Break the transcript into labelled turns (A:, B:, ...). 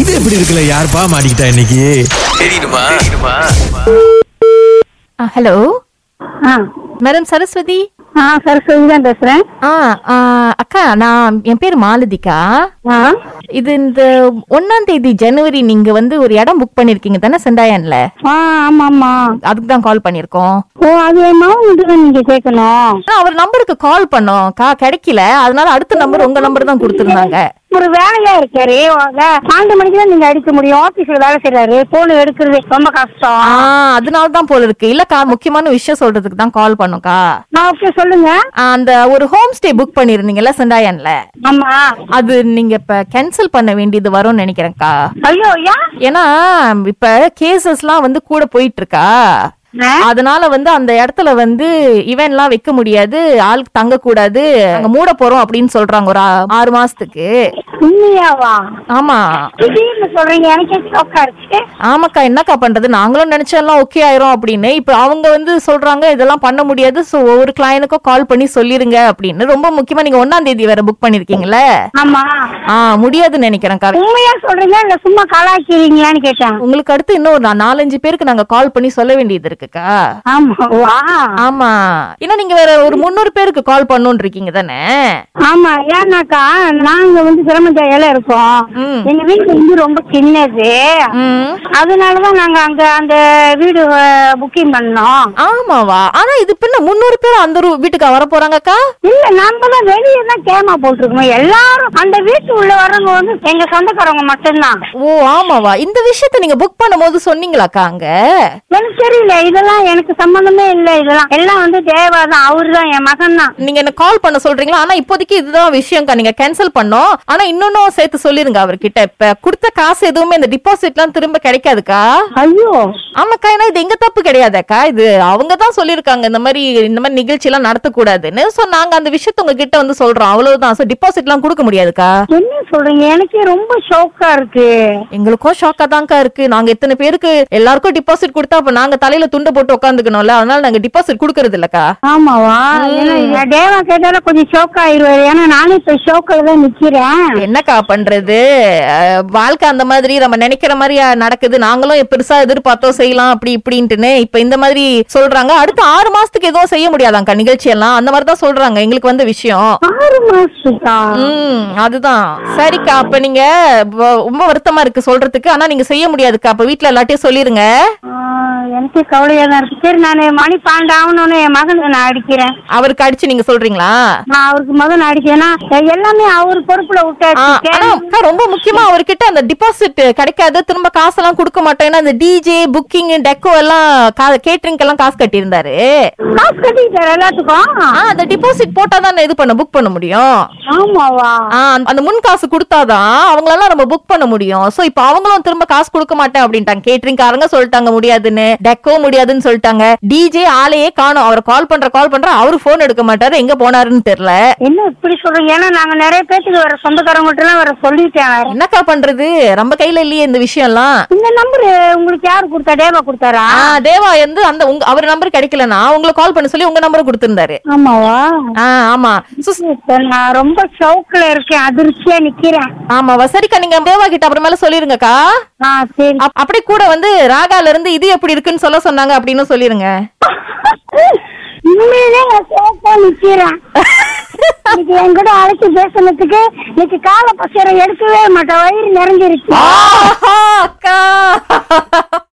A: இது எப்படி இருக்குல்ல யாருப்பா மாட்டிக்கிட்டா இன்னைக்கு
B: ஹலோ
C: ஆ
B: மேடம் சரஸ்வதி
C: ஆ சரஸ்வதி தான் பேசுறேன்
B: ஆ ஆ, அக்கா நான் என் பேர் மாலதிகா
C: ஆ
B: இது இந்த ஒன்னாம் தேதி ஜனவரி நீங்க வந்து ஒரு இடம் புக் பண்ணிருக்கீங்க தானே செண்டாயன்ல
C: ஆ ஆமா ஆமா
B: அதுக்கு தான் கால் பண்ணிருக்கோம்
C: ஓ அது என் மாவன் தான் நீங்க கேட்கணும்
B: ஆனா, அவர் நம்பருக்கு கால் பண்ணோம் அக்கா கிடைக்கல அதனால அடுத்த நம்பர் உங்க நம்பர் தான் கொடுத்துருந்தாங்க
C: ஒரு வேலையா இருக்காரு வே- பன்னெண்டு மணிக்கு தான் நீங்க அடிக்க முடியும் ஆபீஸ்ல வேலை செய்யறாரு போன் எடுக்கிறது ரொம்ப
B: ஆ
C: கஷ்டம்
B: அதனால தான் போல இருக்கு இல்லக்கா முக்கியமான விஷயம் சொல்றதுக்கு தான் கால் பண்ணோம்க்கா
C: நான் ஓகே சொல்லுங்க
B: ஆ, அந்த ஒரு ஹோம் ஸ்டே புக் பண்ணிருந்தீங்கல்ல செண்டாயன்ல
C: ஆமா
B: அது நீங்க இப்ப கேன்சல் பண்ண வேண்டியது வரும்னு நினைக்கிறேன்க்கா
C: ஐயோ ஏன்
B: ஏன்னா இப்ப கேசஸ்லாம் வந்து கூட போயிட்டு இருக்கா
C: ஆ?
B: அதனால வந்து அந்த இடத்துல வந்து இவன்ட்லாம் வைக்க முடியாது ஆளுக்கு தங்க கூடாது அங்க மூட போறோம் அப்படின்னு சொல்றாங்க ஒரு ஆ- ஆறு மாசத்துக்கு
C: உண்மையாவா
B: ஆமா
C: திடீர்னு சொல்றீங்க எனக்கே ஷோக்கா இருக்கு
B: ஆமாக்கா என்னக்கா பண்றது நாங்களும் நினைச்சதெல்லாம் ஓகே ஆயிரும் அப்படின்னு இப்ப அவங்க வந்து சொல்றாங்க இதெல்லாம் பண்ண முடியாது சோ ஒவ்வொரு கிளையனுக்கும் கால் பண்ணி சொல்லிருங்க அப்படின்னு ரொம்ப முக்கியமா நீங்க ஒன்னாம் தேதி வேற புக் பண்ணிருக்கீங்கல்ல
C: ஆமா
B: ஆ முடியாதுன்னு நினைக்கிறேன்க்கா
C: உண்மையா சொல்றீங்க இல்ல சும்மா கலாய்க்கிறீங்களான்னு கேட்டேன்
B: உங்களுக்கு அடுத்து இன்னும் ஒரு நாலஞ்சு பேருக்கு நாங்க கால் பண்ணி சொல்ல வேண்டியது இருக்குக்கா
C: ஆமா வா
B: ஆமா ஏன்னா நீங்க வேற ஒரு முந்நூறு பேருக்கு கால் பண்ணணும் இருக்கீங்க தானே
C: ஆமா ஏன்னாக்கா நாங்க வந்து சிரமஞ்சாயில இருக்கோம்
B: ம்.
C: எங்க வீடு வந்து ரொம்ப சின்னது
B: ம்.
C: அதனாலதான் நாங்க அங்க அந்த வீடு புக்கிங் பண்ணோம்
B: ஆமாவா ஆனா இது பின்ன முந்நூறு பேர் அந்த ரூ- வீட்டுக்கா வர போறாங்கக்கா
C: இல்ல நம்ம தான் வெளியே தான் கேமா போட்டிருக்கோம் எல்லாரும் அந்த வீட்டு உள்ள வரவங்க வந்து எங்க சொந்தக்காரவங்க மட்டும்தான்
B: ஓ ஆமாவா இந்த விஷயத்த நீங்க புக் பண்ணும்போது சொன்னீங்களாக்கா அங்க
C: எனக்கு தெரியல இதெல்லாம் எனக்கு சம்பந்தமே இல்ல இதெல்லாம் எல்லாம் வந்து தேவா தான் அவரு தான் என் மகன் தான்
B: நீங்க என்ன கால் பண்ண சொல்றீங்களா ஆனா இப்போதைக்கு இதுதான் விஷயம்க்கா நீங்க கேன்சல் பண்ணோம் ஆனா இன்னொன்னும் சேர்த்து சொல்லிருங்க அவர்கிட்ட இப்ப கொடுத்த காசு எதுவுமே இந்த டிபாசிட்லாம் திரும்ப கிடைக்காதுக்கா
C: ஐயோ
B: ஆமாக்கா ஏன்னா இது எங்க தப்பு கிடையாதேக்கா இது அவங்க தான் சொல்லியிருக்காங்க இந்த மாதிரி இந்த மாதிரி நிகழ்ச்சி எல்லாம் நடத்தக்கூடாதுன்னு சோ நாங்க அந்த விஷயத்த உங்ககிட்ட வந்து சொல்றோம் அவ்வளவுதான் சோ டிபாசிட்லாம் கொடுக்க முடியாதுக்கா
C: என்ன சொல்றீங்க எனக்கே ரொம்ப ஷோக்கா இருக்கு
B: எங்களுக்கும் ஷாக்கா தான்க்கா இருக்கு நாங்க இத்தனை பேருக்கு எல்லாருக்கும் டிபாசிட் கொடுத்தா அப்ப நாங்க தலையில துண்டை போட்டு உட்காந்துக்கணும்ல அதனால நாங்க டிபாசிட் கொடுக்கறது இல்லக்கா
C: ஆமாவா ஏன்னா என் தேவா கேட்டாலும் கொஞ்சம் ஷோக் ஆயிருவாரு ஏன்னா நானும் இப்ப ஷோக்கில் தான் நிக்கிறேன்
B: என்னக்கா பண்றது அஹ், வாழ்க்கை அந்த மாதிரி நம்ம நினைக்கிற மாதிரி அஹ், நடக்குது நாங்களும் பெருசா எதிர்பார்த்தோம் செய்யலாம் அப்படி இப்படின்ட்டுன்னு இப்ப இந்த மாதிரி சொல்றாங்க அடுத்த ஆறு மாசத்துக்கு எதுவும் செய்ய முடியாதாங்க்கா நிகழ்ச்சி எல்லாம் அந்த மாதிரி தான் சொல்றாங்க எங்களுக்கு வந்த விஷயம்
C: ஆறு மாசத்துக்கா
B: ம் அதுதான் சரிக்கா அப்ப நீங்க வ- ரொம்ப வருத்தமா இருக்கு சொல்றதுக்கு ஆனா நீங்க செய்ய முடியாதுக்கா அப்ப வீட்ல எல்லார்ட்டையும் சொல்லிருங்க
C: ஆ, எனக்கு கவலையா தான் இருக்கு சரி நான் மணி பன்னெண்டு ஆகணும்னு என் மகனுக்கு நான் அடிக்கிறேன்
B: அவருக்கு அடிச்சு நீங்க சொல்றீங்களா
C: நான் அவருக்கு முதல் நான் அடிக்கிறேன்னா எல்லாமே அவர் பொறுப்புல
B: ஆ,
C: விட்டாச்சு
B: ஆனா அக்கா, ரொம்ப முக்கியமா அவர்கிட்ட அந்த டிபாசிட் கிடைக்காது திரும்ப காசெல்லாம் கொடுக்க மாட்டோம் ஏன்னா அந்த டிஜே புக்கிங் டெக்கோ எல்லாம் கேட்டரிங் எல்லாம் காசு கட்டியிருந்தாரு
C: காசு கட்டிக்கிட்டாரு எல்லாத்துக்கும்
B: ஆ, அந்த டிபாசிட் போட்டாதான் இது பண்ண புக் பண்ண முடியும்
C: ஆமாவா
B: ஆ, அந்த- அந்த முன் காசு கொடுத்தாதான் அவங்களெல்லாம் நம்ம புக் பண்ண முடியும் சோ இப்போ அவங்களும் திரும்ப காசு கொடுக்க மாட்டேன் அப்படின்ட்டாங்க கேட்டரிங் காரங்க சொல்லிட்டாங்க முடியாதுன்னு டெக்கோ முடியாதுன்னு சொல்லிட்டாங்க டிஜே ஆளையே காணும் அவர் கால் பண்ற கால் பண்ற அவரு போன் எடுக்க மாட்டாரு எங்க போனாருன்னு தெரியல
C: என்ன இப்படி சொல்றீங்க ஏன்னா நாங்க நிறைய பேத்துக்கு வர சொந்தக்காரங்கிட்ட எல்லாம் வர சொல்லிட்டேன் வேற.
B: என்னக்கா பண்றது நம்ம கையில இல்லையே இந்த விஷயம் எல்லாம்
C: இந்த நம்பர் உங்களுக்கு யாரு கொடுத்தா தேவா கொடுத்தாரா
B: ஆ தேவா வந்து அந்த உங்க அவர் நம்பர் கிடைக்கலனா உங்களை கால் பண்ண சொல்லி உங்க நம்பர் கொடுத்திருந்தாரு
C: ஆமாவா
B: ஆ ஆமா சு-
C: இப்ப நான் ரொம்ப ஷோக்ல இருக்கேன் அதிர்ச்சியா நிக்கிறேன்
B: ஆமாவா சரிக்கா நீங்க தேவா கிட்ட அப்புறமேல சொல்லிருங்கக்கா
C: ஆ சரி
B: அப்- அப்படியே கூட வந்து ராகால இருந்து இது எப்படி இருக்குன்னு சொல்ல சொன்னாங்க அப்படின்னு சொல்லிருங்க
C: உண்மையிலே நான் ஷோக்கா நிக்கிறேன் இன்னைக்கு என் கூட அழைச்சு பேசுனதுக்கு இன்னைக்கு கால பசரை எடுக்கவே மாட்டேன் வயிறு நிறைஞ்சிருச்சு
B: ஆ! ¡Ah!